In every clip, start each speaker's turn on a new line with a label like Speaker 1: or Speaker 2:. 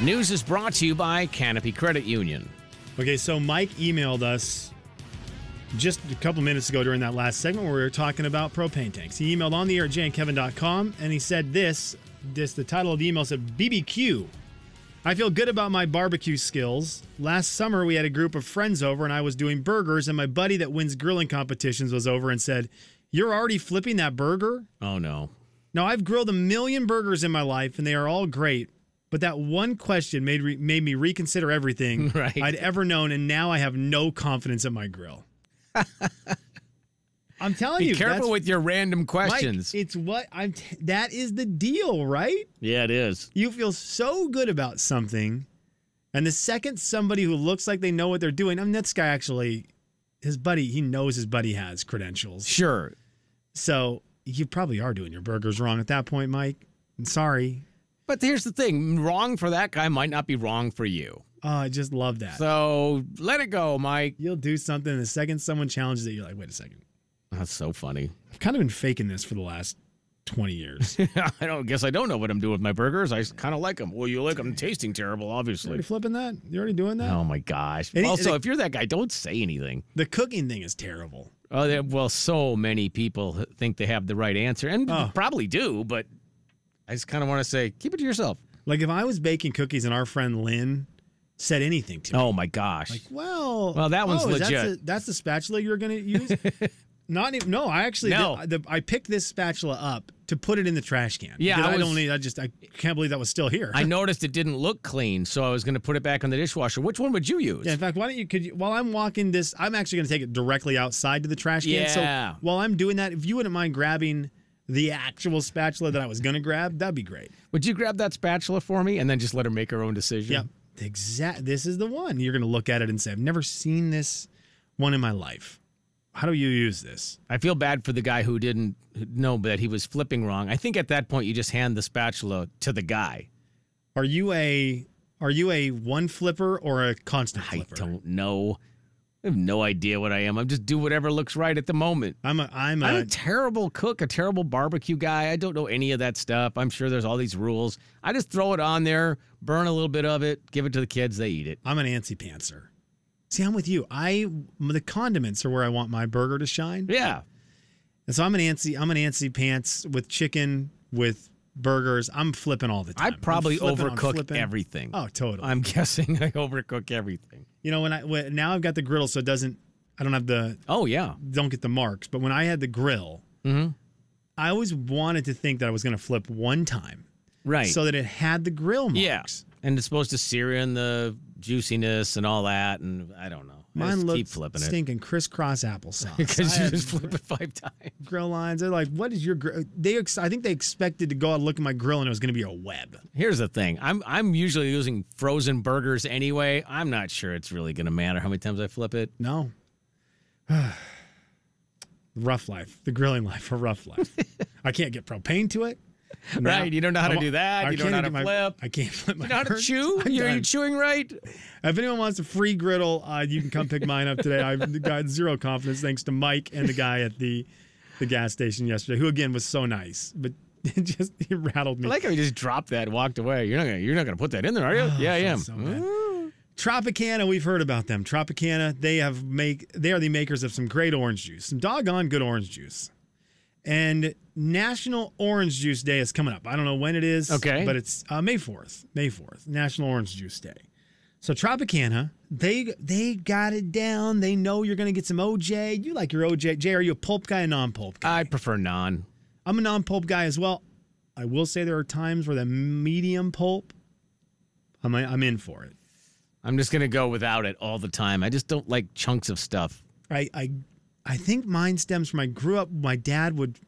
Speaker 1: News is brought to you by Canopy Credit Union.
Speaker 2: Okay, so Mike emailed us just a couple minutes ago during that last segment where we were talking about propane tanks. He emailed on the air at jankevin.com and he said this, this the title of the email said BBQ. I feel good about my barbecue skills. Last summer we had a group of friends over and I was doing burgers and my buddy that wins grilling competitions was over and said, "You're already flipping that burger?"
Speaker 1: Oh no.
Speaker 2: Now I've grilled a million burgers in my life, and they are all great. But that one question made re- made me reconsider everything
Speaker 1: Right.
Speaker 2: I'd ever known, and now I have no confidence in my grill. I'm telling
Speaker 1: Be
Speaker 2: you, that's-
Speaker 1: careful with your random
Speaker 2: Mike,
Speaker 1: questions.
Speaker 2: it's what I'm. T- that is the deal, right?
Speaker 1: yeah, it is.
Speaker 2: You feel so good about something, and the second somebody who looks like they know what they're doing, I mean, this guy actually, his buddy, he knows his buddy has credentials.
Speaker 1: Sure.
Speaker 2: So you probably are doing your burgers wrong at that point, Mike. I'm sorry.
Speaker 1: But here's the thing wrong for that guy might not be wrong for you.
Speaker 2: Oh, I just love that.
Speaker 1: So let it go, Mike.
Speaker 2: You'll do something, and the second someone challenges it, you're like, wait a second.
Speaker 1: That's so funny.
Speaker 2: I've kind of been faking this for the last 20 years. You
Speaker 1: I don't guess I don't know what I'm doing with my burgers. I kind of like them. Well, you like them tasting terrible,
Speaker 2: already
Speaker 1: obviously.
Speaker 2: flipping that? You're already doing that?
Speaker 1: Oh my gosh.
Speaker 2: Any-
Speaker 1: also,
Speaker 2: the-
Speaker 1: if you're that guy, don't say anything.
Speaker 2: The cooking thing is terrible.
Speaker 1: Oh, they- well, so many people think they have the right answer and
Speaker 2: Oh.
Speaker 1: probably do, but I just kind of want to say, keep it to yourself.
Speaker 2: Like, if I was baking cookies and our friend Lynn said anything to me,
Speaker 1: Oh my gosh.
Speaker 2: well,
Speaker 1: Well, that one's
Speaker 2: oh, is That's
Speaker 1: legit.
Speaker 2: the, that's the spatula you're going to use? Not even, no, I actually,
Speaker 1: No.
Speaker 2: the- the- I picked this spatula up to put it in the trash can.
Speaker 1: Yeah, I
Speaker 2: Because I,
Speaker 1: was-
Speaker 2: don't need, I just, I can't believe that was still here.
Speaker 1: I noticed it didn't look clean, so I was going to put it back on the dishwasher. Which one would you use?
Speaker 2: Yeah, in fact, why don't you? Could you, while I'm walking this, I'm actually going to take it directly outside to the trash can.
Speaker 1: Yeah.
Speaker 2: So while I'm doing that, if you wouldn't mind grabbing the actual spatula that I was going to grab, that'd be great.
Speaker 1: Would you grab that spatula for me and then just let her make her own decision?
Speaker 2: Yep. Exact. This is the one you're going to look at it and say, "I've never seen this one in my life. How do you use this?"
Speaker 1: I feel bad for the guy who didn't know that he was flipping wrong. I think at that point you just hand the spatula to the guy.
Speaker 2: Are you a are you a one flipper or a constant flipper?
Speaker 1: I don't know. I have no idea what I am. I'm just do whatever looks right at the moment.
Speaker 2: I'm a I'm a
Speaker 1: I'm a terrible cook, a terrible barbecue guy. I don't know any of that stuff. I'm sure there's all these rules. I just throw it on there, burn a little bit of it, give it to the kids. They eat it.
Speaker 2: I'm an antsy pantser. See, I'm with you. I the condiments are where I want my burger to shine.
Speaker 1: Yeah.
Speaker 2: And so I'm an antsy. I'm an antsy pants with chicken with burgers. I'm flipping all the
Speaker 1: I
Speaker 2: time. I'm
Speaker 1: probably
Speaker 2: flipping, I'm
Speaker 1: overcook
Speaker 2: flipping.
Speaker 1: everything.
Speaker 2: Oh, totally.
Speaker 1: I'm guessing I overcook everything.
Speaker 2: you know when I when, now I've got the griddle, so it doesn't. I don't have the
Speaker 1: Oh, yeah.
Speaker 2: don't get the marks. But when I had the grill,
Speaker 1: Mm-hmm.
Speaker 2: I always wanted to think that I was going to flip one time,
Speaker 1: Right.
Speaker 2: so that it had the grill marks.
Speaker 1: Yeah. And it's supposed to sear in the juiciness and all that. And I don't know. I
Speaker 2: Mine
Speaker 1: just
Speaker 2: looked
Speaker 1: keep flipping it.
Speaker 2: stinking crisscross applesauce.
Speaker 1: Because
Speaker 2: I
Speaker 1: you
Speaker 2: had
Speaker 1: just flip it five times.
Speaker 2: grill lines. They're like, "What is your grill?" They, ex- I think they expected to go out and look at my grill, and it was going to be a web.
Speaker 1: Here's the thing. I'm I'm usually using frozen burgers anyway. I'm not sure it's really gonna matter how many times I flip it.
Speaker 2: No. rough life. The grilling life, a rough life. I can't get propane to it.
Speaker 1: Right, you don't know how to
Speaker 2: I'm-
Speaker 1: do that. You don't
Speaker 2: can't
Speaker 1: know how to
Speaker 2: get my-
Speaker 1: flip.
Speaker 2: I can't flip my
Speaker 1: You know how to
Speaker 2: burgers.
Speaker 1: chew?
Speaker 2: I'm
Speaker 1: You- Are you
Speaker 2: done.
Speaker 1: chewing right?
Speaker 2: If anyone wants a free griddle, uh, you can come pick mine up today. I've got zero confidence thanks to Mike and the guy at the the gas station yesterday, who again was so nice, but it just it rattled me.
Speaker 1: I like how you just dropped that and walked away. You're not gonna you're not gonna put that in there, are you? yeah, I am.
Speaker 2: Oh, so mad. Tropicana, we've heard about them. Tropicana, they have make they are the makers of some great orange juice, some doggone good orange juice. And National Orange Juice Day is coming up. I don't know when it is,
Speaker 1: Okay.
Speaker 2: but it's uh, May fourth. May fourth, National Orange Juice Day. So Tropicana, they they got it down. They know you're going to get some OJ. You like your OJ? Jay, are you a pulp guy, or non-pulp guy?
Speaker 1: I prefer non.
Speaker 2: I'm a non-pulp guy as well. I will say there are times where the medium pulp, I'm I'm in for it.
Speaker 1: I'm just gonna go without it all the time. I just don't like chunks of stuff.
Speaker 2: I I I think mine stems from I grew up. My dad would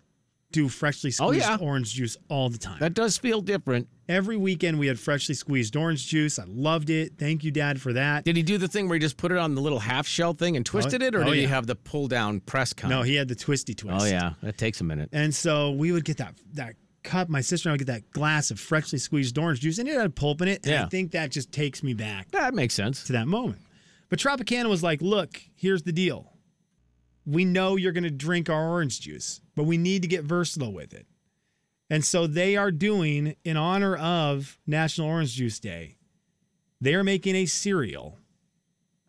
Speaker 2: do freshly squeezed
Speaker 1: Oh, yeah.
Speaker 2: orange juice all the time.
Speaker 1: That does feel different.
Speaker 2: Every weekend we had freshly squeezed orange juice. I loved it. Thank you, Dad, for that.
Speaker 1: Did he do the thing where he just put it on the little half shell thing and twisted it, or
Speaker 2: oh,
Speaker 1: did he
Speaker 2: yeah.
Speaker 1: have the pull down press con?
Speaker 2: no, he had the twisty twist.
Speaker 1: Oh yeah, that takes a minute.
Speaker 2: And so we would get that that cup. My sister and I would get that glass of freshly squeezed orange juice, and it had pulp in it. And
Speaker 1: Yeah.
Speaker 2: I think that just takes me back
Speaker 1: That makes sense.
Speaker 2: to that moment. But Tropicana was like, look, here's the deal. We know you're going to drink our orange juice, but we need to get versatile with it. And so they are doing, in honor of National Orange Juice Day, They are making a cereal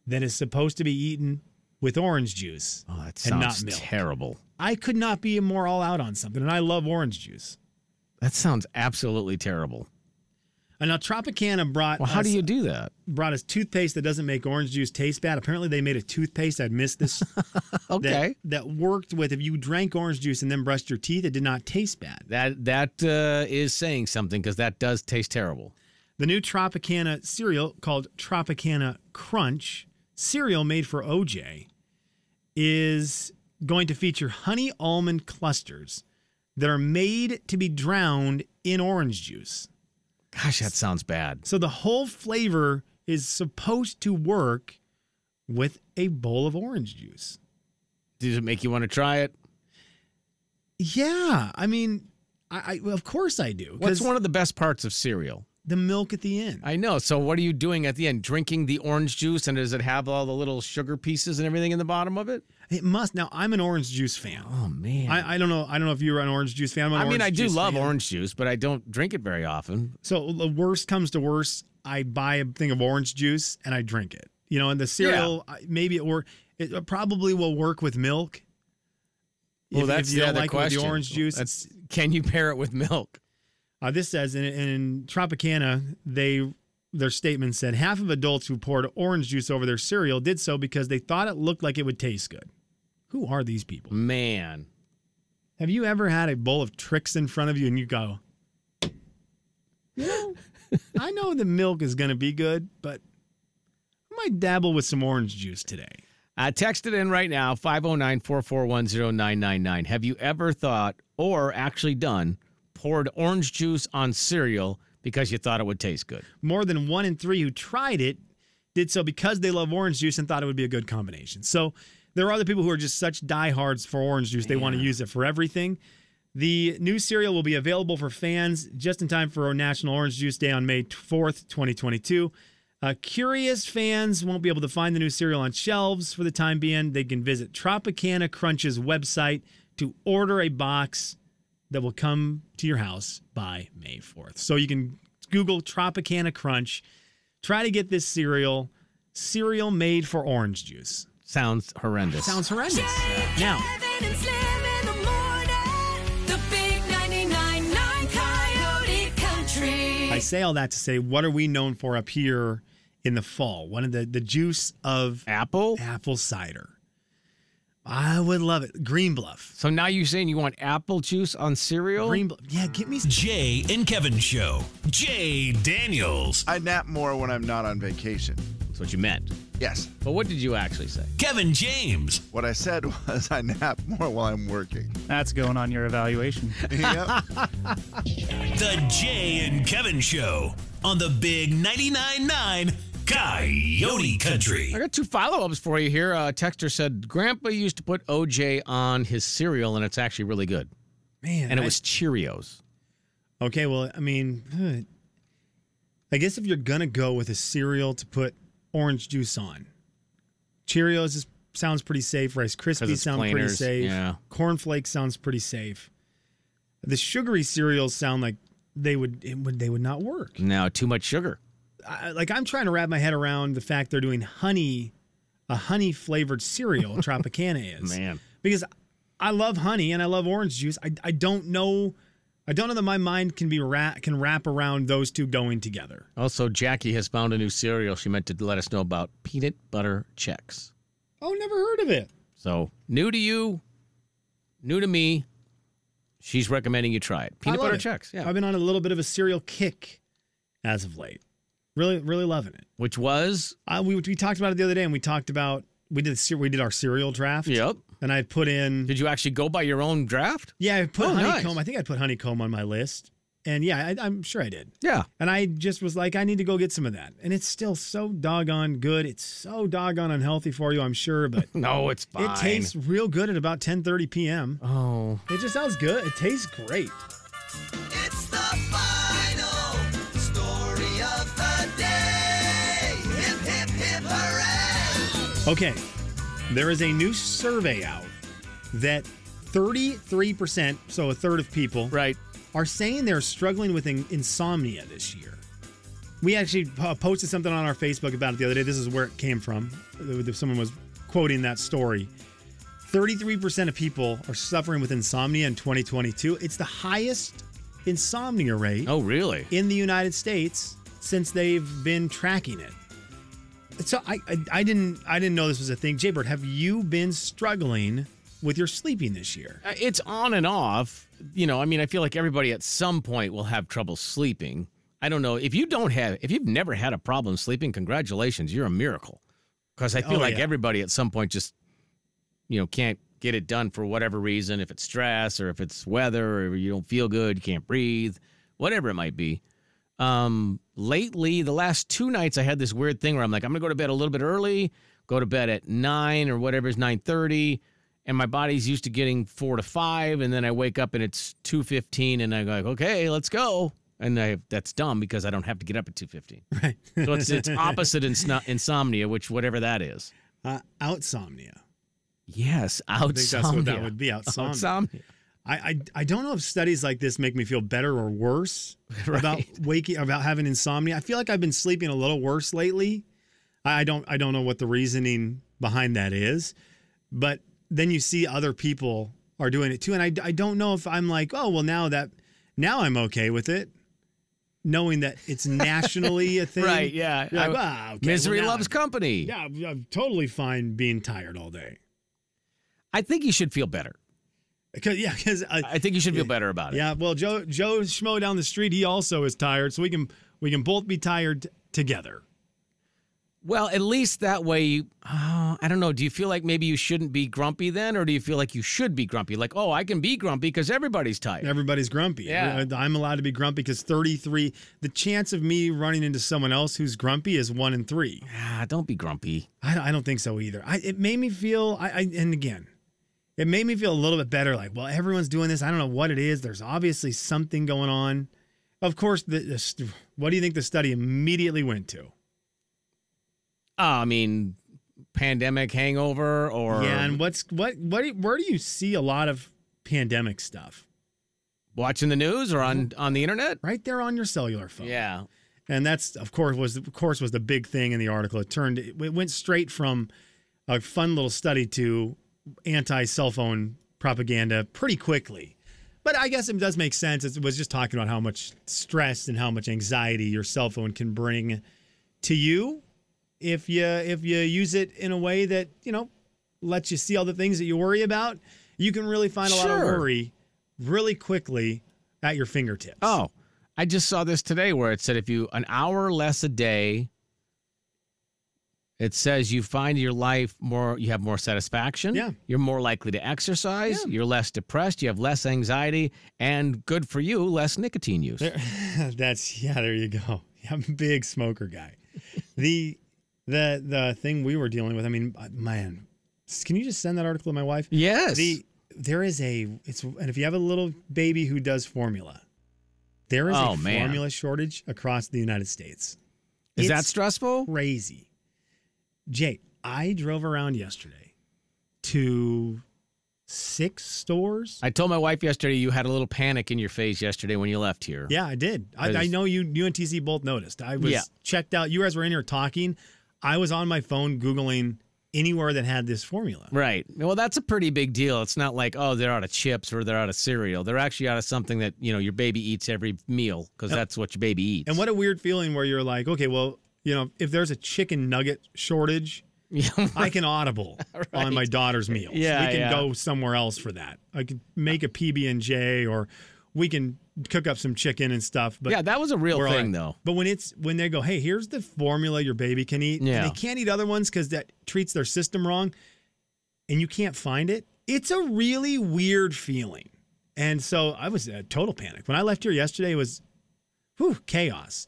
Speaker 2: that is supposed to be eaten with orange juice
Speaker 1: Oh, that
Speaker 2: and
Speaker 1: sounds
Speaker 2: not milk.
Speaker 1: terrible.
Speaker 2: I could not be more all out on something, and I love orange juice.
Speaker 1: That sounds absolutely terrible.
Speaker 2: And now Tropicana brought
Speaker 1: Well, how
Speaker 2: us,
Speaker 1: do you do that?
Speaker 2: brought us toothpaste that doesn't make orange juice taste bad. Apparently, they made a toothpaste. I'd missed this that,
Speaker 1: Okay.
Speaker 2: that worked with if you drank orange juice and then brushed your teeth, it did not taste bad.
Speaker 1: That that, uh, is saying something because that does taste terrible.
Speaker 2: The new Tropicana cereal called Tropicana Crunch, cereal made for OJ, is going to feature honey almond clusters that are made to be drowned in orange juice.
Speaker 1: Gosh, that sounds bad.
Speaker 2: So the whole flavor is supposed to work with a bowl of orange juice.
Speaker 1: Does it make you want to try it?
Speaker 2: Yeah, I mean, I, I well, of course I do.
Speaker 1: What's
Speaker 2: 'cause
Speaker 1: one of the best parts of cereal?
Speaker 2: the milk at the end?
Speaker 1: I know. So what are you doing at the end? Drinking the orange juice, and does it have all the little sugar pieces and everything in the bottom of it?
Speaker 2: It must. Now I'm an orange juice fan.
Speaker 1: Oh man. I,
Speaker 2: I, I don't know. I don't know if you're an orange juice fan. I'm an
Speaker 1: mean,
Speaker 2: orange
Speaker 1: I do
Speaker 2: juice
Speaker 1: love
Speaker 2: fan.
Speaker 1: orange juice, but I don't drink it very often.
Speaker 2: So the worst comes to worst, I buy a thing of orange juice and I drink it. You know, and the cereal I- maybe it work. It uh, probably will work with milk.
Speaker 1: Well, that's the
Speaker 2: you don't
Speaker 1: other
Speaker 2: like it with
Speaker 1: question.
Speaker 2: the orange juice.
Speaker 1: That's, can you pair it with milk?
Speaker 2: Uh, this says in, in Tropicana, they their statement said half of adults who poured orange juice over their cereal did so because they thought it looked like it would taste good. Who are these people?
Speaker 1: Man,
Speaker 2: Have you ever had a bowl of tricks in front of you and you go, you know, I know the milk is going to be good, but I might dabble with some orange juice today.
Speaker 1: Uh, text it in right now, 509 441 0999. Have you ever thought or actually done poured orange juice on cereal because you thought it would taste good?
Speaker 2: More than one in three who tried it did so because they love orange juice and thought it would be a good combination. So there are other people who are just such diehards for orange juice, they want to use it for everything. The new cereal will be available for fans just in time for our National Orange Juice Day on May 4th, 2022. Uh, curious fans won't be able to find the new cereal on shelves for the time being. They can visit Tropicana Crunch's website to order a box that will come to your house by May 4th. So you can Google Tropicana Crunch, try to get this cereal, cereal made for orange juice.
Speaker 1: Sounds horrendous.
Speaker 2: Sounds horrendous.
Speaker 3: Jay,
Speaker 2: Now,
Speaker 3: Kevin, and Slim in the morning. The big 99.9 Coyote Country.
Speaker 2: I say all that to say, what are we known for up here in the fall? One of the, the juice of
Speaker 1: Apple?
Speaker 2: apple cider. I would love it. Green Bluff.
Speaker 1: So now you're saying you want apple juice on cereal?
Speaker 2: Green Bluff. Yeah, get me some.
Speaker 4: Jay and Kevin Show. Jay Daniels.
Speaker 5: I nap more when I'm not on vacation.
Speaker 1: That's what you meant.
Speaker 5: Yes.
Speaker 1: But what did you actually say?
Speaker 4: Kevin James.
Speaker 5: What I said was I nap more while I'm working.
Speaker 6: That's going on your evaluation.
Speaker 5: Yep.
Speaker 4: The Jay and Kevin Show on the Big 99.9 9 Coyote Country.
Speaker 1: I got two follow ups for you here. Uh, texter said, Grandpa used to put OJ on his cereal, and it's actually really good.
Speaker 2: Man.
Speaker 1: And it
Speaker 2: I-
Speaker 1: was Cheerios.
Speaker 2: Okay, well, I mean, huh, I guess if you're gonna go with a cereal to put orange juice on, Cheerios is, sounds pretty safe. Rice
Speaker 1: 'Cause
Speaker 2: Krispies
Speaker 1: it's
Speaker 2: sound pretty
Speaker 1: plainers,
Speaker 2: safe.
Speaker 1: yeah.
Speaker 2: Corn Flakes sounds pretty safe. The sugary cereals sound like they would, it would they would not work.
Speaker 1: No, too much sugar.
Speaker 2: I, like I'm trying to wrap my head around the fact they're doing honey, a honey flavored cereal. Tropicana is
Speaker 1: Man.
Speaker 2: because I love honey and I love orange juice. I, I don't know, I don't know that my mind can be ra- can wrap around those two going together.
Speaker 1: Also, Jackie has found a new cereal she meant to let us know about peanut butter checks.
Speaker 2: Oh, never heard of it.
Speaker 1: So, new to you, new to me, she's recommending you try it. Peanut
Speaker 2: I love
Speaker 1: butter
Speaker 2: it.
Speaker 1: checks, yeah.
Speaker 2: I've been on a little bit of a cereal kick as of late. Really, really loving it.
Speaker 1: Which was,
Speaker 2: I, we we talked about it the other day, and we talked about we did ce- we did our cereal draft.
Speaker 1: Yep.
Speaker 2: And I put in
Speaker 1: did you actually go by your own draft?
Speaker 2: yeah, I put
Speaker 1: Oh, nice.
Speaker 2: honeycomb. I think I put honeycomb on my list, and yeah, I, I'm sure I did.
Speaker 1: Yeah.
Speaker 2: And I just was like, I need to go get some of that. And it's still so doggone good. It's so doggone unhealthy for you, I'm sure, but
Speaker 1: No, it's fine.
Speaker 2: it tastes real good at about 10:30 p.m.
Speaker 1: Oh,
Speaker 2: It just sounds good. It tastes great.
Speaker 7: It's the final story of the day. Hip, hip, hip, hooray!
Speaker 2: Okay, there is a new survey out that 33%, so a third of people,
Speaker 1: right.
Speaker 2: are saying they're struggling with in- insomnia this year. We actually po- posted something on our Facebook about it the other day. This is where it came from. Someone was quoting that story. 33% of people are suffering with insomnia in 2022. It's the highest insomnia rate
Speaker 1: Oh, really?
Speaker 2: in the United States since they've been tracking it. So I, I I didn't I didn't know this was a thing. Jaybird, have you been struggling with your sleeping this year?
Speaker 1: Uh, It's on and off. You know, I mean, I feel like everybody at some point will have trouble sleeping. I don't know. If you don't have, if you've never had a problem sleeping, congratulations, you're a miracle. Because I feel
Speaker 2: Oh,
Speaker 1: like
Speaker 2: yeah.
Speaker 1: everybody at some point just, you know, can't get it done for whatever reason. If it's stress or if it's weather or you don't feel good, you can't breathe, whatever it might be. Um, lately, the last two nights, I had this weird thing where I'm like, I'm gonna go to bed a little bit early, go to bed at nine or whatever is nine thirty, and my body's used to getting four to five, and then I wake up and it's two fifteen, and I'm like, okay, let's go, and I, that's dumb because I don't have to get up at two fifteen. Right. so it's it's opposite insno- insomnia, which whatever that is.
Speaker 2: Uh, outsomnia.
Speaker 1: Yes, outsomnia.
Speaker 2: think that's what that would be, outsomnia. I, I I don't know if studies like this make me feel better or worse about waking about having insomnia. I feel like I've been sleeping a little worse lately. I I don't I don't know what the reasoning behind that is, but then you see other people are doing it too, and I I don't know if I'm like oh well now that now I'm okay with it, knowing that it's nationally a thing.
Speaker 1: Right. Yeah.
Speaker 2: You're like,
Speaker 1: I-
Speaker 2: "Ah, okay, well,
Speaker 1: Misery
Speaker 2: now
Speaker 1: loves
Speaker 2: I'm-
Speaker 1: company.
Speaker 2: Yeah, I'm, I'm totally fine being tired all day.
Speaker 1: I think you should feel better.
Speaker 2: 'Cause- uh, yeah, because
Speaker 1: I think you should feel better about it.
Speaker 2: Yeah, well, Joe Joe Schmo down the street, he also is tired, so we can we can both be tired together.
Speaker 1: Well, at least that way, you, oh, I don't know. Do you feel like maybe you shouldn't be grumpy then, or do you feel like you should be grumpy? Like, oh, I can be grumpy because everybody's tired.
Speaker 2: Everybody's grumpy.
Speaker 1: Yeah.
Speaker 2: I- I'm allowed to be grumpy because 33. The chance of me running into someone else who's grumpy is one in three.
Speaker 1: Ah, don't be grumpy.
Speaker 2: I, don't- I don't think so either. I, it made me feel. I, I and again, it made me feel a little bit better. Like, well, everyone's doing this. I don't know what it is. There's obviously something going on. Of course, the, the st- what do you think the study immediately went to?
Speaker 1: Ah, I mean, pandemic hangover or
Speaker 2: yeah, and what's what what where do you see a lot of pandemic stuff?
Speaker 1: watching the news or
Speaker 2: Mm-hmm.
Speaker 1: on on the internet.
Speaker 2: right there on your cellular phone.
Speaker 1: Yeah,
Speaker 2: and that's of course was of course was the big thing in the article. It turned it went straight from a fun little study to anti cell phone propaganda pretty quickly. But I guess it does make sense. It was just talking about how much stress and how much anxiety your cell phone can bring to you if you if you use it in a way that you know lets you see all the things that you worry about. You can really find a lot of
Speaker 1: Sure.
Speaker 2: worry really quickly at your fingertips.
Speaker 1: Oh, I just saw this today where it said if you an hour less a day, it says you find your life more you have more satisfaction.
Speaker 2: Yeah.
Speaker 1: You're more likely to exercise, you're less depressed, you have less anxiety, and good for you, less nicotine use.
Speaker 2: That's yeah. There you go. I'm a big smoker guy. The the the thing we were dealing with. I mean, uh, man, s- can you just send that article to my wife?
Speaker 1: yes.
Speaker 2: The there is a it's and if you have a little baby who does formula, there is
Speaker 1: Oh,
Speaker 2: a
Speaker 1: man.
Speaker 2: formula shortage across the United States.
Speaker 1: Is that
Speaker 2: it's-
Speaker 1: stressful?
Speaker 2: Crazy. Jay, I drove around yesterday to six stores.
Speaker 1: I told my wife yesterday you had a little panic in your face yesterday when you left here.
Speaker 2: Yeah, I did. I,
Speaker 1: I
Speaker 2: I
Speaker 1: just-
Speaker 2: know you, you and TC both noticed. I was
Speaker 1: Yeah.
Speaker 2: checked out. You guys were in here talking. I was on my phone googling anywhere that had this formula.
Speaker 1: Right. Well, that's a pretty big deal. It's not like, oh, they're out of chips or they're out of cereal. They're actually out of something that, you know, your baby eats every meal because that's what your baby eats.
Speaker 2: And what a weird feeling where you're like, okay, well, you know, if there's a chicken nugget shortage,
Speaker 1: Yeah.
Speaker 2: I can audible on my daughter's meals.
Speaker 1: Yeah,
Speaker 2: we can
Speaker 1: yeah.
Speaker 2: go somewhere else for that. I could make a PB and J, or we can cook up some chicken and stuff. But
Speaker 1: yeah, that was a real
Speaker 2: We're all
Speaker 1: thing,
Speaker 2: right.
Speaker 1: though.
Speaker 2: But when it's when they go, hey, here's the formula your baby can eat. and
Speaker 1: Yeah.
Speaker 2: they can't eat other ones because that treats their system wrong, and you can't find it. It's a really weird feeling, and so I was in total panic when I left here yesterday. It was, whew, chaos.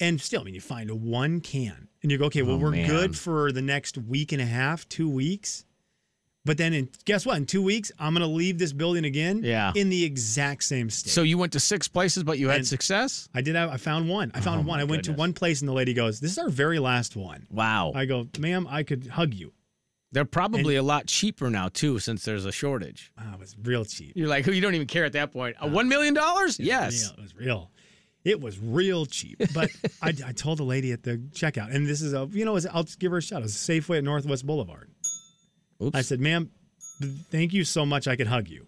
Speaker 2: And still, I mean, you find a one can, and you go, okay, well,
Speaker 1: Oh,
Speaker 2: we're
Speaker 1: man.
Speaker 2: good for the next week and a half, two weeks. But then, in, guess what? In two weeks, I'm going to leave this building again.
Speaker 1: Yeah.
Speaker 2: In the exact same state.
Speaker 1: So you went to six places, but you had
Speaker 2: And-
Speaker 1: success?
Speaker 2: I did. have- I found one. I found
Speaker 1: Oh,
Speaker 2: one.
Speaker 1: my
Speaker 2: I went to
Speaker 1: goodness.
Speaker 2: one place, and the lady goes, "This is our very last one."
Speaker 1: Wow.
Speaker 2: I go, "Ma'am, I could hug you."
Speaker 1: They're probably a lot cheaper now, too, since there's a shortage.
Speaker 2: Wow, Ah, it was real cheap.
Speaker 1: You're like, who? You don't even care at that point. Uh, $1 million? Yes.
Speaker 2: Real- it was real. It was real cheap, but I, I told the lady at the checkout, and this is a you know it's- I'll just give her a shout. It's Safeway at Northwest Boulevard.
Speaker 1: Oops.
Speaker 2: I said, "Ma'am, th- thank you so much. I could hug you.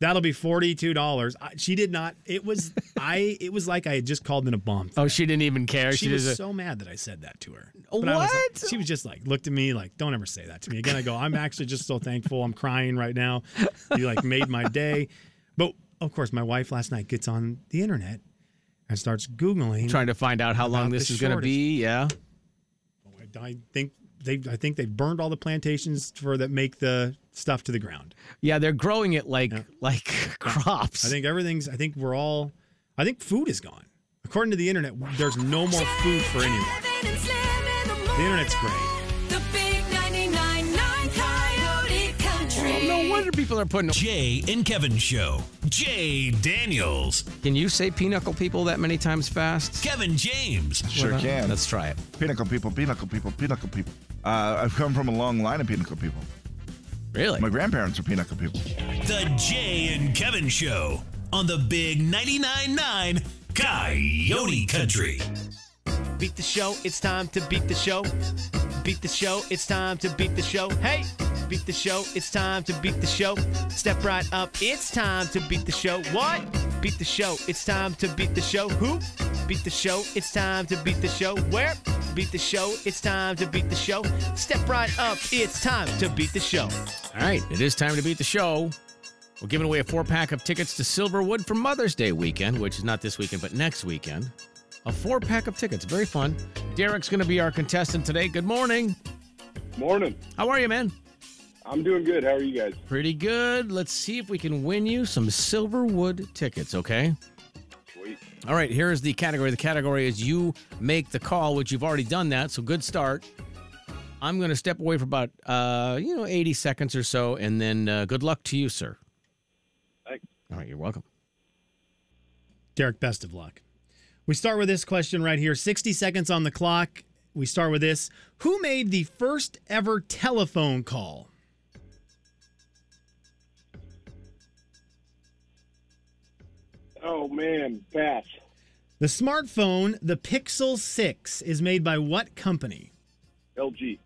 Speaker 2: That'll be forty two dollars." She did not. It was I. It was like I had just called in a bomb.
Speaker 1: oh, she didn't even care.
Speaker 2: She,
Speaker 1: She,
Speaker 2: was
Speaker 1: just uh,
Speaker 2: so mad that I said that to her. I was like-
Speaker 1: What?
Speaker 2: she was just like, looked at me like, don't ever say that to me again. I go, I'm actually just so thankful. I'm crying right now. You like made my day. But of course, my wife last night gets on the internet and starts Googling.
Speaker 1: trying to find out how long
Speaker 2: About
Speaker 1: this
Speaker 2: the
Speaker 1: is going to be. Yeah.
Speaker 2: I think they I think they've burned all the plantations for that make the stuff to the ground.
Speaker 1: Yeah, they're growing it like like crops.
Speaker 2: I think everything's I think we're all I think food is gone. According to the internet, there's no more food for anyone.
Speaker 3: The
Speaker 2: internet's great.
Speaker 3: The big 999 Coyote Country.
Speaker 1: no wonder people are putting.
Speaker 4: Jay and Kevin Show. Jay Daniels.
Speaker 1: Can you say pinochle people that many times fast?
Speaker 4: Kevin James.
Speaker 5: Sure can.
Speaker 1: Let's try it.
Speaker 5: Pinnacle people, pinnacle people, pinnacle people. Uh, I've come from a long line of pinnacle people.
Speaker 1: Really?
Speaker 5: My grandparents were pinnacle people.
Speaker 4: The Jay and Kevin Show on the Big 99.9 9 Coyote Country.
Speaker 8: Beat the show, it's time to beat the show. Beat the show, it's time to beat the show. Hey! Beat the show, it's time to beat the show. Step right up, it's time to beat the show. What? Beat the show, it's time to beat the show. Who? Beat the show, it's time to beat the show. Where? Beat the show, it's time to beat the show. Step right up, it's time to beat the show.
Speaker 1: All right, it is time to beat the show. We're giving away a four pack of tickets to Silverwood for Mother's Day weekend, which is not this weekend, but next weekend. A four pack of tickets. Very fun. Derek's going to be our contestant today. Good morning.
Speaker 9: Morning.
Speaker 1: How are you, man?
Speaker 9: I'm doing good. How are you guys?
Speaker 1: Pretty good. Let's see if we can win you some Silverwood tickets, okay?
Speaker 9: Sweet.
Speaker 1: All right, here is the category. The category is you make the call, which you've already done that, so good start. I'm going to step away for about, uh, you know, 80 seconds or so, and then uh, good luck to you, sir.
Speaker 9: Thanks.
Speaker 1: All right, you're welcome.
Speaker 2: Derek, best of luck. We start with this question right here 60 seconds on the clock. We start with this Who made the first ever telephone call?
Speaker 9: Oh man, pass.
Speaker 2: The smartphone, the Pixel 6, is made by what company?
Speaker 9: LG.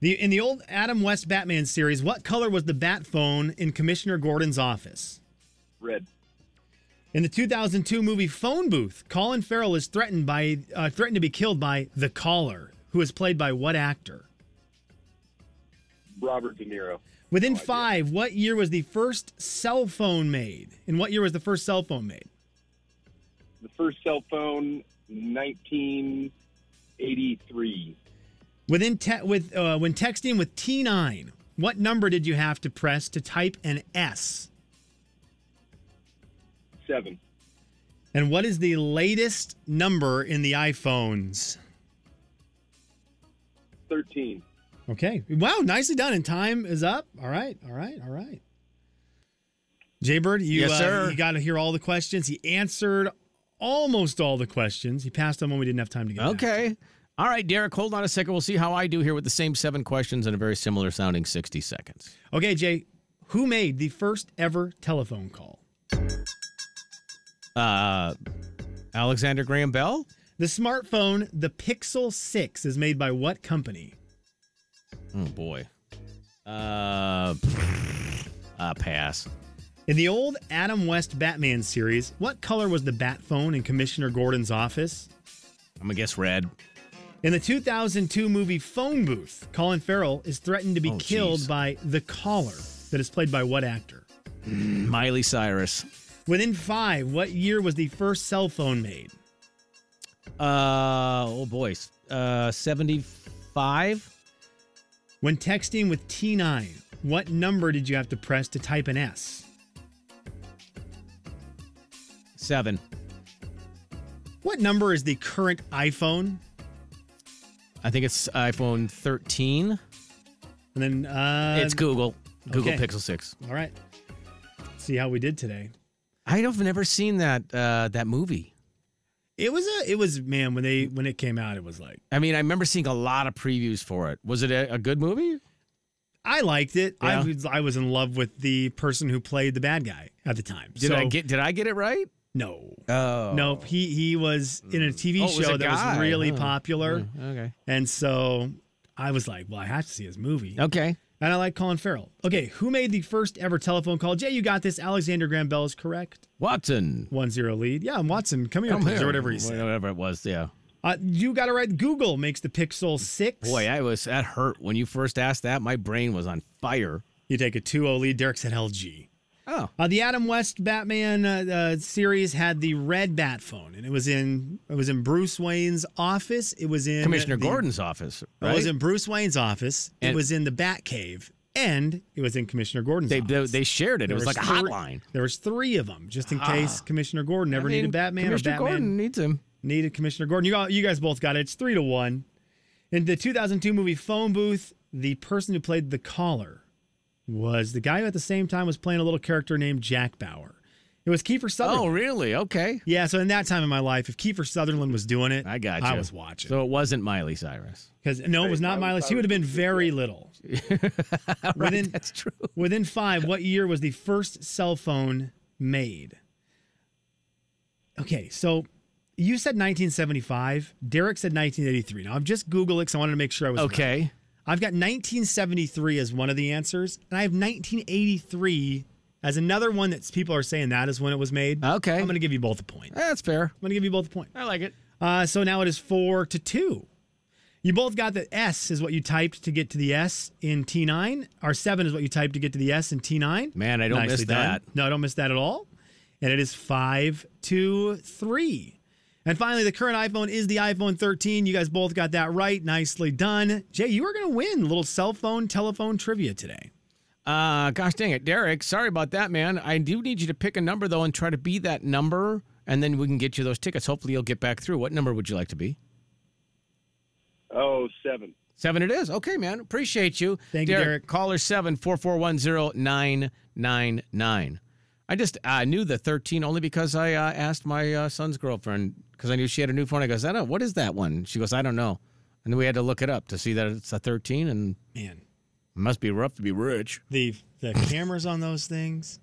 Speaker 2: The, in the old Adam West Batman series, what color was the bat phone in Commissioner Gordon's office?
Speaker 9: Red.
Speaker 2: In the 2002 movie Phone Booth, Colin Farrell is threatened by uh, threatened to be killed by the caller, who is played by what actor?
Speaker 9: Robert De Niro.
Speaker 2: Within five, what year was the first cell phone made? And what year was the first cell phone made?
Speaker 9: The first cell phone, 1983.
Speaker 2: Within te- with uh, when texting with T9, what number did you have to press to type an S?
Speaker 9: Seven.
Speaker 2: And what is the latest number in the iPhones?
Speaker 9: 13.
Speaker 2: Okay. Wow, nicely done. And time is up. All right. All right. All right. Jaybird, you
Speaker 1: Yes,
Speaker 2: uh,
Speaker 1: sir.
Speaker 2: you got to hear all the questions. He answered almost all the questions. He passed them when we didn't have time to get back.
Speaker 1: Okay. All right, Derek, hold on a second. We'll see how I do here with the same seven questions and a very similar sounding 60 seconds.
Speaker 2: Okay, Jay, who made the first ever telephone call?
Speaker 1: Uh, Alexander Graham Bell,
Speaker 2: The smartphone, the Pixel 6, is made by what company?
Speaker 1: Oh
Speaker 2: Mm.
Speaker 1: boy. Uh, uh pass.
Speaker 2: In the old Adam West Batman series, what color was the bat phone in Commissioner Gordon's office?
Speaker 1: I'm gonna guess red.
Speaker 2: In the 2002 movie Phone Booth, Colin Farrell is threatened to be
Speaker 1: Oh,
Speaker 2: killed
Speaker 1: geez.
Speaker 2: by the caller that is played by what actor?
Speaker 1: Miley Cyrus.
Speaker 2: Within five, what year was the first cell phone made?
Speaker 1: Uh oh boy. Uh 75.
Speaker 2: When texting with T9, what number did you have to press to type an S?
Speaker 1: 7.
Speaker 2: What number is the current iPhone?
Speaker 1: I think it's iPhone 13.
Speaker 2: And then uh,
Speaker 1: it's Google. Google
Speaker 2: okay.
Speaker 1: Pixel 6.
Speaker 2: All right. See how we did today.
Speaker 1: I have never seen that uh that movie.
Speaker 2: It was a. It was man when they when it came out. It was like
Speaker 1: I mean, I remember seeing a lot of previews for it. Was it a, a good movie?
Speaker 2: I liked it. I
Speaker 1: Yeah.
Speaker 2: was I was in love with the person who played the bad guy at the time.
Speaker 1: Did
Speaker 2: so,
Speaker 1: I get did I get it right?
Speaker 2: No.
Speaker 1: Oh.
Speaker 2: Nope. He he was in a TV
Speaker 1: Oh, it was
Speaker 2: show
Speaker 1: a
Speaker 2: that was
Speaker 1: guy, Oh. Mm-hmm.
Speaker 2: really
Speaker 1: huh.
Speaker 2: popular.
Speaker 1: Okay.
Speaker 2: And so I was like, well, I have to see his movie.
Speaker 1: Okay.
Speaker 2: And I like Colin Farrell. Okay, who made the first ever telephone call? Jay, you got this. Alexander Graham Bell is correct.
Speaker 1: Watson.
Speaker 2: 1 0 lead. Yeah, and Watson, come here,
Speaker 1: Come
Speaker 2: please,
Speaker 1: here.
Speaker 2: or whatever he said.
Speaker 1: Whatever it was, yeah.
Speaker 2: Uh, you got it right. Google makes the Pixel 6.
Speaker 1: Boy, I was that hurt when you first asked that. My brain was on fire.
Speaker 2: You take a 2 0 lead. Derek said LG.
Speaker 1: Oh,
Speaker 2: Uh, the Adam West Batman uh, uh, series had the red bat phone, and it was in it was in Bruce Wayne's office. It was in
Speaker 1: Commissioner
Speaker 2: the-
Speaker 1: Gordon's office,
Speaker 2: It
Speaker 1: right?
Speaker 2: was in Bruce Wayne's office. it
Speaker 1: And-
Speaker 2: was in the Bat Cave, and it was in Commissioner Gordon's
Speaker 1: they, they
Speaker 2: office.
Speaker 1: they shared it. It
Speaker 2: There
Speaker 1: was like a
Speaker 2: three-
Speaker 1: hotline. Ah.
Speaker 2: There was three of them, just in case Commissioner Gordon ever
Speaker 1: I mean,
Speaker 2: needed Batman
Speaker 1: Commissioner
Speaker 2: or Batman
Speaker 1: Gordon needs him.
Speaker 2: needed Commissioner Gordon. You got, you guys both got it. It's three to one. In the 2002 movie Phone Booth, the person who played the caller was the guy who at the same time was playing a little character named Jack Bauer. It was Kiefer Sutherland.
Speaker 1: Oh, really? Okay.
Speaker 2: Yeah, so in that time in my life, if Kiefer Sutherland was doing it,
Speaker 1: I got you.
Speaker 2: I was watching.
Speaker 1: So it wasn't Miley Cyrus.
Speaker 2: Because no, it was not Miley. She would have been very little. within, that's
Speaker 1: true.
Speaker 2: Within five, what year was the first cell phone made? Okay, so you said 1975. Derek said 1983. Now I'm just Googling because I wanted to make sure I was right.
Speaker 1: Okay.
Speaker 2: I've got 1973 as one of the answers, and I have 1983 as another one that people are saying that is when it was made.
Speaker 1: Okay.
Speaker 2: I'm going to give you both a point. I'm
Speaker 1: That's fair.
Speaker 2: going to give you both a point.
Speaker 1: I like it.
Speaker 2: Uh, so now it is four to two. You both got the S is what you typed to get to the S in T9, or seven is what you typed to get to the S in T9.
Speaker 1: Man, I don't
Speaker 2: Nicely
Speaker 1: miss
Speaker 2: done.
Speaker 1: that.
Speaker 2: No, I don't miss that at all. And it is five, two, three. And finally, the current iPhone is the iPhone 13. You guys both got that right. Nicely done. Jay, you are going to win little cell phone telephone trivia today.
Speaker 1: Uh, gosh dang it, Derek. Sorry about that, man. I do need you to pick a number though and try to be that number, and then we can get you those tickets. Hopefully, you'll get back through. What number would you like to be?
Speaker 9: Oh, seven.
Speaker 1: Seven it is. Okay, man. Appreciate you.
Speaker 2: Thank you, Derek.
Speaker 1: Caller seven four four one zero nine nine nine. I just I knew the thirteen only because I uh, asked my uh, son's girlfriend because I knew she had a new phone. I goes, I don't. What is that one? She goes, I don't know. And then we had to look it up to see that it's a thirteen, and it
Speaker 2: Man,
Speaker 1: must be rough to be rich.
Speaker 2: the the cameras on those things.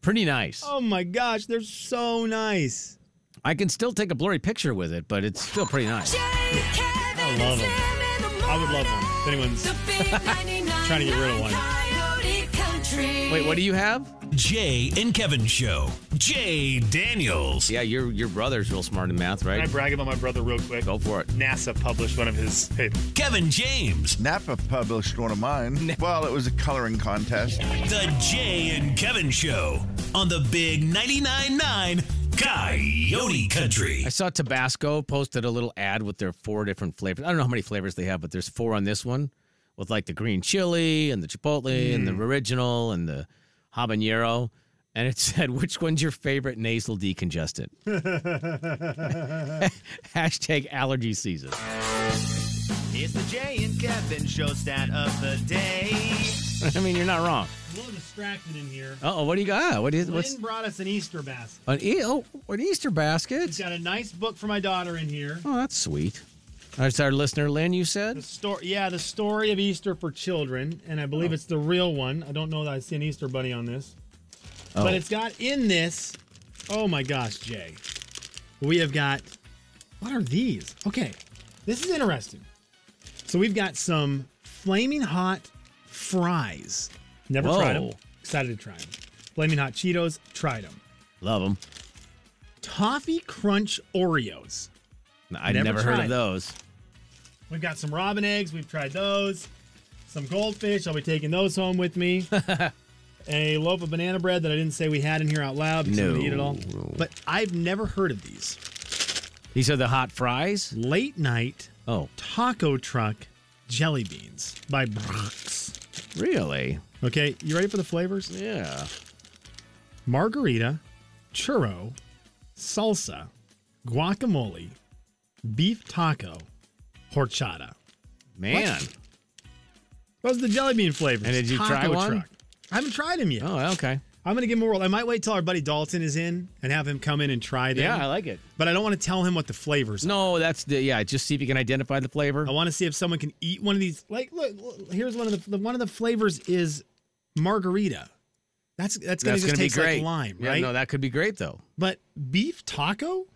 Speaker 1: Pretty nice.
Speaker 2: Oh my gosh, they're so nice.
Speaker 1: I can still take a blurry picture with it, but it's still pretty nice.
Speaker 3: Jay, Kevin,
Speaker 2: love
Speaker 3: and
Speaker 2: 'em.
Speaker 3: Slim in the
Speaker 2: I would love
Speaker 3: morning.
Speaker 2: one. If anyone's
Speaker 3: The big 99.9
Speaker 2: Trying to get rid of one.
Speaker 3: Coyote Country.
Speaker 1: Wait, what do you have?
Speaker 4: Jay and Kevin Show. Jay Daniels.
Speaker 1: Yeah, your your brother's real smart in math,
Speaker 10: Can I
Speaker 1: right?
Speaker 10: brag about my brother real quick?
Speaker 1: Go for it.
Speaker 10: NASA published one of his papers.
Speaker 4: Kevin James.
Speaker 5: Napa published one of mine. Well, it was a coloring contest.
Speaker 4: The Jay and Kevin Show on the Big 99.9 9 Coyote Country.
Speaker 1: I saw Tabasco posted a little ad with their four different flavors. I don't know how many flavors they have, but there's four on this one with like the green chili and the chipotle and
Speaker 2: Mm.
Speaker 1: the original and the habanero. And it said, which one's your favorite nasal decongestant? Hashtag allergy season.
Speaker 8: It's the Jay and Kevin show stat of the day.
Speaker 1: I mean, you're not wrong.
Speaker 2: a little distracted in here.
Speaker 1: Uh oh, what do you got? What is
Speaker 2: Lynn
Speaker 1: what's
Speaker 2: brought us an Easter basket.
Speaker 1: an, e- oh, an Easter basket?
Speaker 2: She's got a nice book for my daughter in here.
Speaker 1: Oh, that's sweet. That's our listener, Lynn, you
Speaker 2: The
Speaker 1: said?
Speaker 2: story, yeah, the story of Easter for children, and I believe it's the real one. I don't know that I see an Easter bunny on this,
Speaker 1: Oh.
Speaker 2: but it's got in this. Oh my gosh, Jay, we have got. What are these? Okay, this is interesting. So we've got some flaming hot fries. Never
Speaker 1: Whoa.
Speaker 2: tried them. Excited to try them. Flaming hot Cheetos. Tried them.
Speaker 1: Love them.
Speaker 2: Toffee Crunch Oreos.
Speaker 1: I
Speaker 2: Never
Speaker 1: never, heard
Speaker 2: tried.
Speaker 1: of those.
Speaker 2: We've got some robin eggs. We've tried those. Some goldfish. I'll be taking those home with me. a loaf of banana bread that I didn't say we had in here out loud. because I'm gonna
Speaker 1: No.
Speaker 2: eat it all. But I've never heard of these.
Speaker 1: These are the hot fries?
Speaker 2: Late night
Speaker 1: Oh,
Speaker 2: taco truck jelly beans by Brock's.
Speaker 1: really?
Speaker 2: Okay, you ready for the flavors?
Speaker 1: Yeah.
Speaker 2: Margarita, churro, salsa, guacamole, beef taco, horchata.
Speaker 1: Man.
Speaker 2: Those are the jelly bean flavors.
Speaker 1: And did you
Speaker 2: Taco
Speaker 1: try one?
Speaker 2: Truck. I haven't tried them yet.
Speaker 1: Oh, okay.
Speaker 2: I'm gonna give him a whirl. I might wait till our buddy Dalton is in and have him come in and try them.
Speaker 1: like it.
Speaker 2: but I don't want to tell him what the flavors. are.
Speaker 1: No, that's the yeah. Just see if you can identify the flavor.
Speaker 2: I want to see if someone can eat one of these. Like, look, look, here's one of the, the one of the flavors is margarita. That's that's gonna just
Speaker 1: gonna
Speaker 2: taste like lime,
Speaker 1: Yeah,
Speaker 2: right?
Speaker 1: no, that could be great though.
Speaker 2: But beef taco?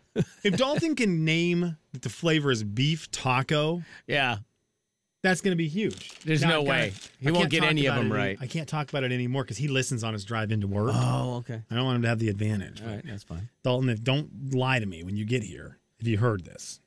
Speaker 2: if Dalton can name that the flavor is beef taco,
Speaker 1: Yeah,
Speaker 2: that's going to be huge.
Speaker 1: There's
Speaker 2: Now
Speaker 1: no
Speaker 2: I've gotta-
Speaker 1: way. He
Speaker 2: I
Speaker 1: won't
Speaker 2: can't
Speaker 1: get
Speaker 2: talk
Speaker 1: any of
Speaker 2: about
Speaker 1: them
Speaker 2: it any-
Speaker 1: right.
Speaker 2: I can't talk about it anymore because he listens on his drive into work.
Speaker 1: Oh, okay.
Speaker 2: I don't want him to have the advantage.
Speaker 1: All right, that's fine.
Speaker 2: Dalton, if, don't lie to me when you get here if you heard this.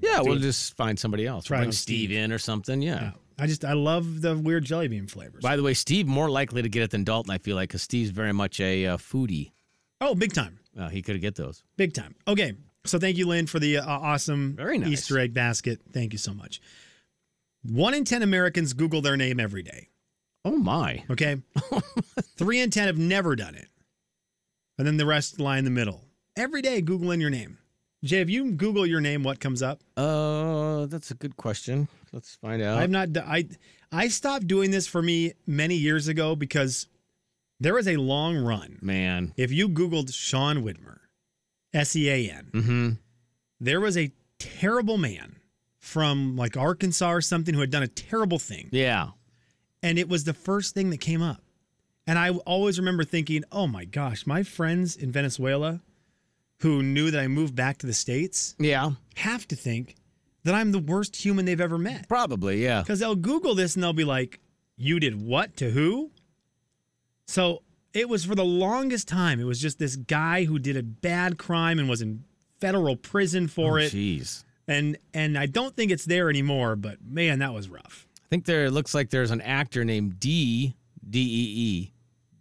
Speaker 1: Yeah, we'll just find somebody else.
Speaker 2: Try it
Speaker 1: Bring
Speaker 2: on
Speaker 1: Steve in or something. Yeah.
Speaker 2: I just I love the weird jelly bean flavors.
Speaker 1: By the way, Steve more likely to get it than Dalton. I feel like because Steve's very much a uh, foodie.
Speaker 2: Oh, big time,
Speaker 1: Uh, he could get those.
Speaker 2: big time. Okay, so thank you, Lynn, for the uh, awesome
Speaker 1: Very nice.
Speaker 2: Easter egg basket. Thank you so much. One in ten Americans Google their name every day.
Speaker 1: Oh my!
Speaker 2: Okay. Three in 10 have never done it. And then the rest lie in the middle. Every day, Googling your name. Jay, if you Google your name, what comes up?
Speaker 1: Uh, that's a good question. Let's find out.
Speaker 2: I've not, d- I, I stopped doing this for me many years ago because there was a long run.
Speaker 1: Man.
Speaker 2: If you Googled Sean Widmer, S E A N,
Speaker 1: Mm-hmm.
Speaker 2: there was a terrible man from like Arkansas or something who had done a terrible thing.
Speaker 1: Yeah.
Speaker 2: and it was the first thing that came up. And I always remember thinking, oh my gosh, my friends in Venezuela who knew that I moved back to the States
Speaker 1: Yeah.
Speaker 2: have to think that I'm the worst human they've ever met.
Speaker 1: Probably. Yeah.
Speaker 2: Because they'll Google this and they'll be like, you did what to who? So it was for the longest time, it was just this guy who did a bad crime and was in federal prison for it.
Speaker 1: Jeez.
Speaker 2: And and I don't think it's there anymore, but man, that was rough.
Speaker 1: I think there it looks like there's an actor named D D E E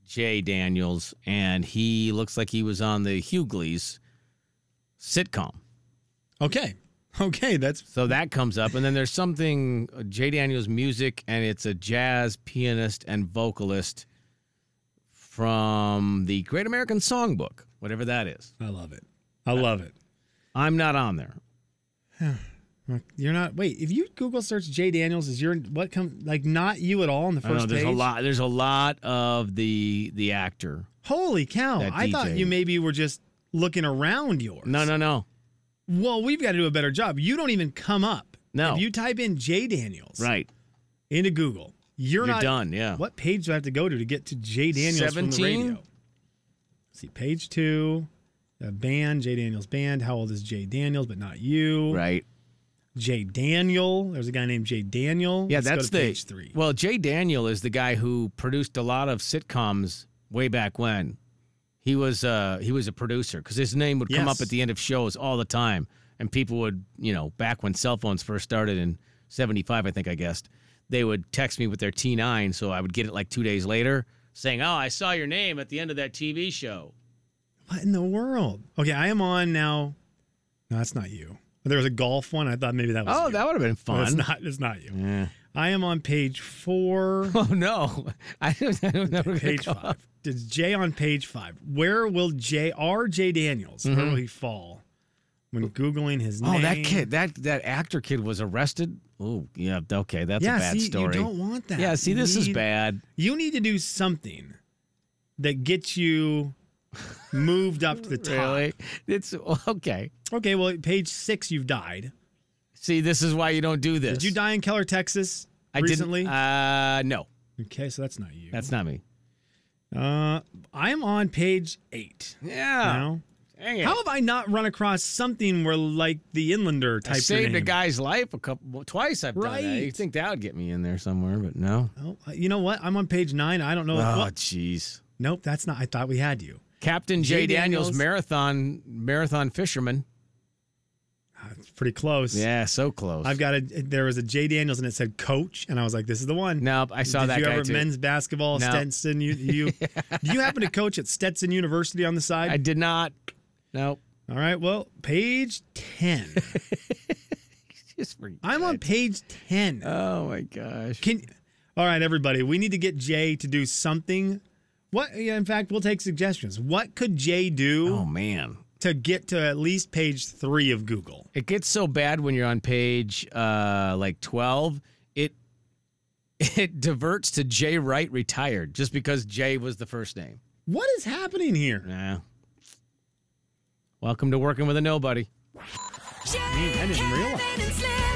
Speaker 1: J Daniels, and he looks like he was on the Hughleys sitcom.
Speaker 2: Okay. Okay, that's
Speaker 1: So that comes up, and then there's something uh, Jay Daniels music, and it's a jazz pianist and vocalist from the Great American Songbook, whatever that is.
Speaker 2: I love it. I love it.
Speaker 1: I'm not on there.
Speaker 2: You're not. Wait, if you Google search Jay Daniels, is your what come like not you at all on the
Speaker 1: I don't know,
Speaker 2: first
Speaker 1: there's
Speaker 2: page?
Speaker 1: a lot. There's a lot of the the actor.
Speaker 2: Holy cow!
Speaker 1: That
Speaker 2: I thought
Speaker 1: DJ.
Speaker 2: you maybe were just looking around yours.
Speaker 1: No, no, no.
Speaker 2: Well, we've got to do a better job. You don't even come up.
Speaker 1: No.
Speaker 2: If you type in Jay Daniels
Speaker 1: Right.
Speaker 2: into Google, you're,
Speaker 1: You're,
Speaker 2: not
Speaker 1: done. Yeah.
Speaker 2: What page do I have to go to to get to Jay Daniels from the
Speaker 1: 17?
Speaker 2: radio? see, page two, the band Jay Daniels band. How old is Jay Daniels? But not you.
Speaker 1: Right.
Speaker 2: Jay Daniel. There's a guy named Jay Daniel.
Speaker 1: Yeah,
Speaker 2: Let's
Speaker 1: that's
Speaker 2: go
Speaker 1: the
Speaker 2: to page three.
Speaker 1: Well, Jay Daniel is the guy who produced a lot of sitcoms way back when. He was uh he was a producer because his name would come
Speaker 2: Yes.
Speaker 1: up at the end of shows all the time, and people would you know back when cell phones first started in '75, I think I guessed they would text me with their T9, so I would get it like two days later saying, "Oh, I saw your name at the end of that TV show."
Speaker 2: What in the world? Okay, I am on now. No, that's not you. There was a golf one. I thought maybe that was.
Speaker 1: Oh,
Speaker 2: you.
Speaker 1: that would have been
Speaker 2: But It's
Speaker 1: fun.
Speaker 2: not. It's not you.
Speaker 1: Yeah.
Speaker 2: I am on page four.
Speaker 1: Oh no, I don't, I don't know.
Speaker 2: page five. It's Jay on page five. Where will Jay R. J. Daniels? Where will he fall when googling his name?
Speaker 1: Mm-hmm. Oh, that kid, that that actor kid was arrested. Oh, yeah, okay, that's
Speaker 2: yeah,
Speaker 1: a bad
Speaker 2: see,
Speaker 1: story.
Speaker 2: you don't want that.
Speaker 1: yeah, see,
Speaker 2: You
Speaker 1: this is
Speaker 2: need-
Speaker 1: bad.
Speaker 2: You need to do something that gets you moved up to the top.
Speaker 1: Really, it's okay.
Speaker 2: Okay, well, page six, you've died.
Speaker 1: See, this is why you don't do this.
Speaker 2: Did you die in Keller, Texas?
Speaker 1: I
Speaker 2: recently?
Speaker 1: Didn't, uh, no,
Speaker 2: Okay, so that's not you.
Speaker 1: that's not me.
Speaker 2: Uh, I'm on page eight
Speaker 1: Yeah,
Speaker 2: now.
Speaker 1: dang it.
Speaker 2: How have I not run across something where like the Inlander
Speaker 1: I
Speaker 2: type
Speaker 1: saved a guy's life a couple twice. I've done that. You
Speaker 2: Right.
Speaker 1: think that would get me in there somewhere? But no.
Speaker 2: Oh, you know what? I'm on page nine. I don't know.
Speaker 1: Oh,
Speaker 2: Well,
Speaker 1: jeez.
Speaker 2: nope, that's not. I thought we had you.
Speaker 1: Captain Jay,
Speaker 2: Jay
Speaker 1: Daniels,
Speaker 2: Daniels.
Speaker 1: marathon marathon fisherman.
Speaker 2: Ah, It's pretty close.
Speaker 1: Yeah, so close.
Speaker 2: I've got a. There was a Jay Daniels and it said coach, and I was like, this is the one.
Speaker 1: Nope, I saw
Speaker 2: Did
Speaker 1: that
Speaker 2: you
Speaker 1: guy
Speaker 2: ever
Speaker 1: too.
Speaker 2: men's basketball
Speaker 1: No.
Speaker 2: Stetson? You you do you happen to coach at Stetson University on the side?
Speaker 1: I did not. Nope.
Speaker 2: All right. Well, page ten.
Speaker 1: Just forget
Speaker 2: I'm on
Speaker 1: it.
Speaker 2: page ten.
Speaker 1: Oh my gosh.
Speaker 2: Can all right, everybody. We need to get Jay to do something. What? yeah, In fact, we'll take suggestions. What could Jay do
Speaker 1: Oh man.
Speaker 2: to get to at least page three of Google?
Speaker 1: It gets so bad when you're on page uh like 12. It it diverts to Jay Wright retired just because Jay was the first name.
Speaker 2: What is happening here?
Speaker 1: Nah. Welcome to working with a nobody.
Speaker 3: Jay,
Speaker 2: I didn't realize.
Speaker 3: Kevin, and Slim.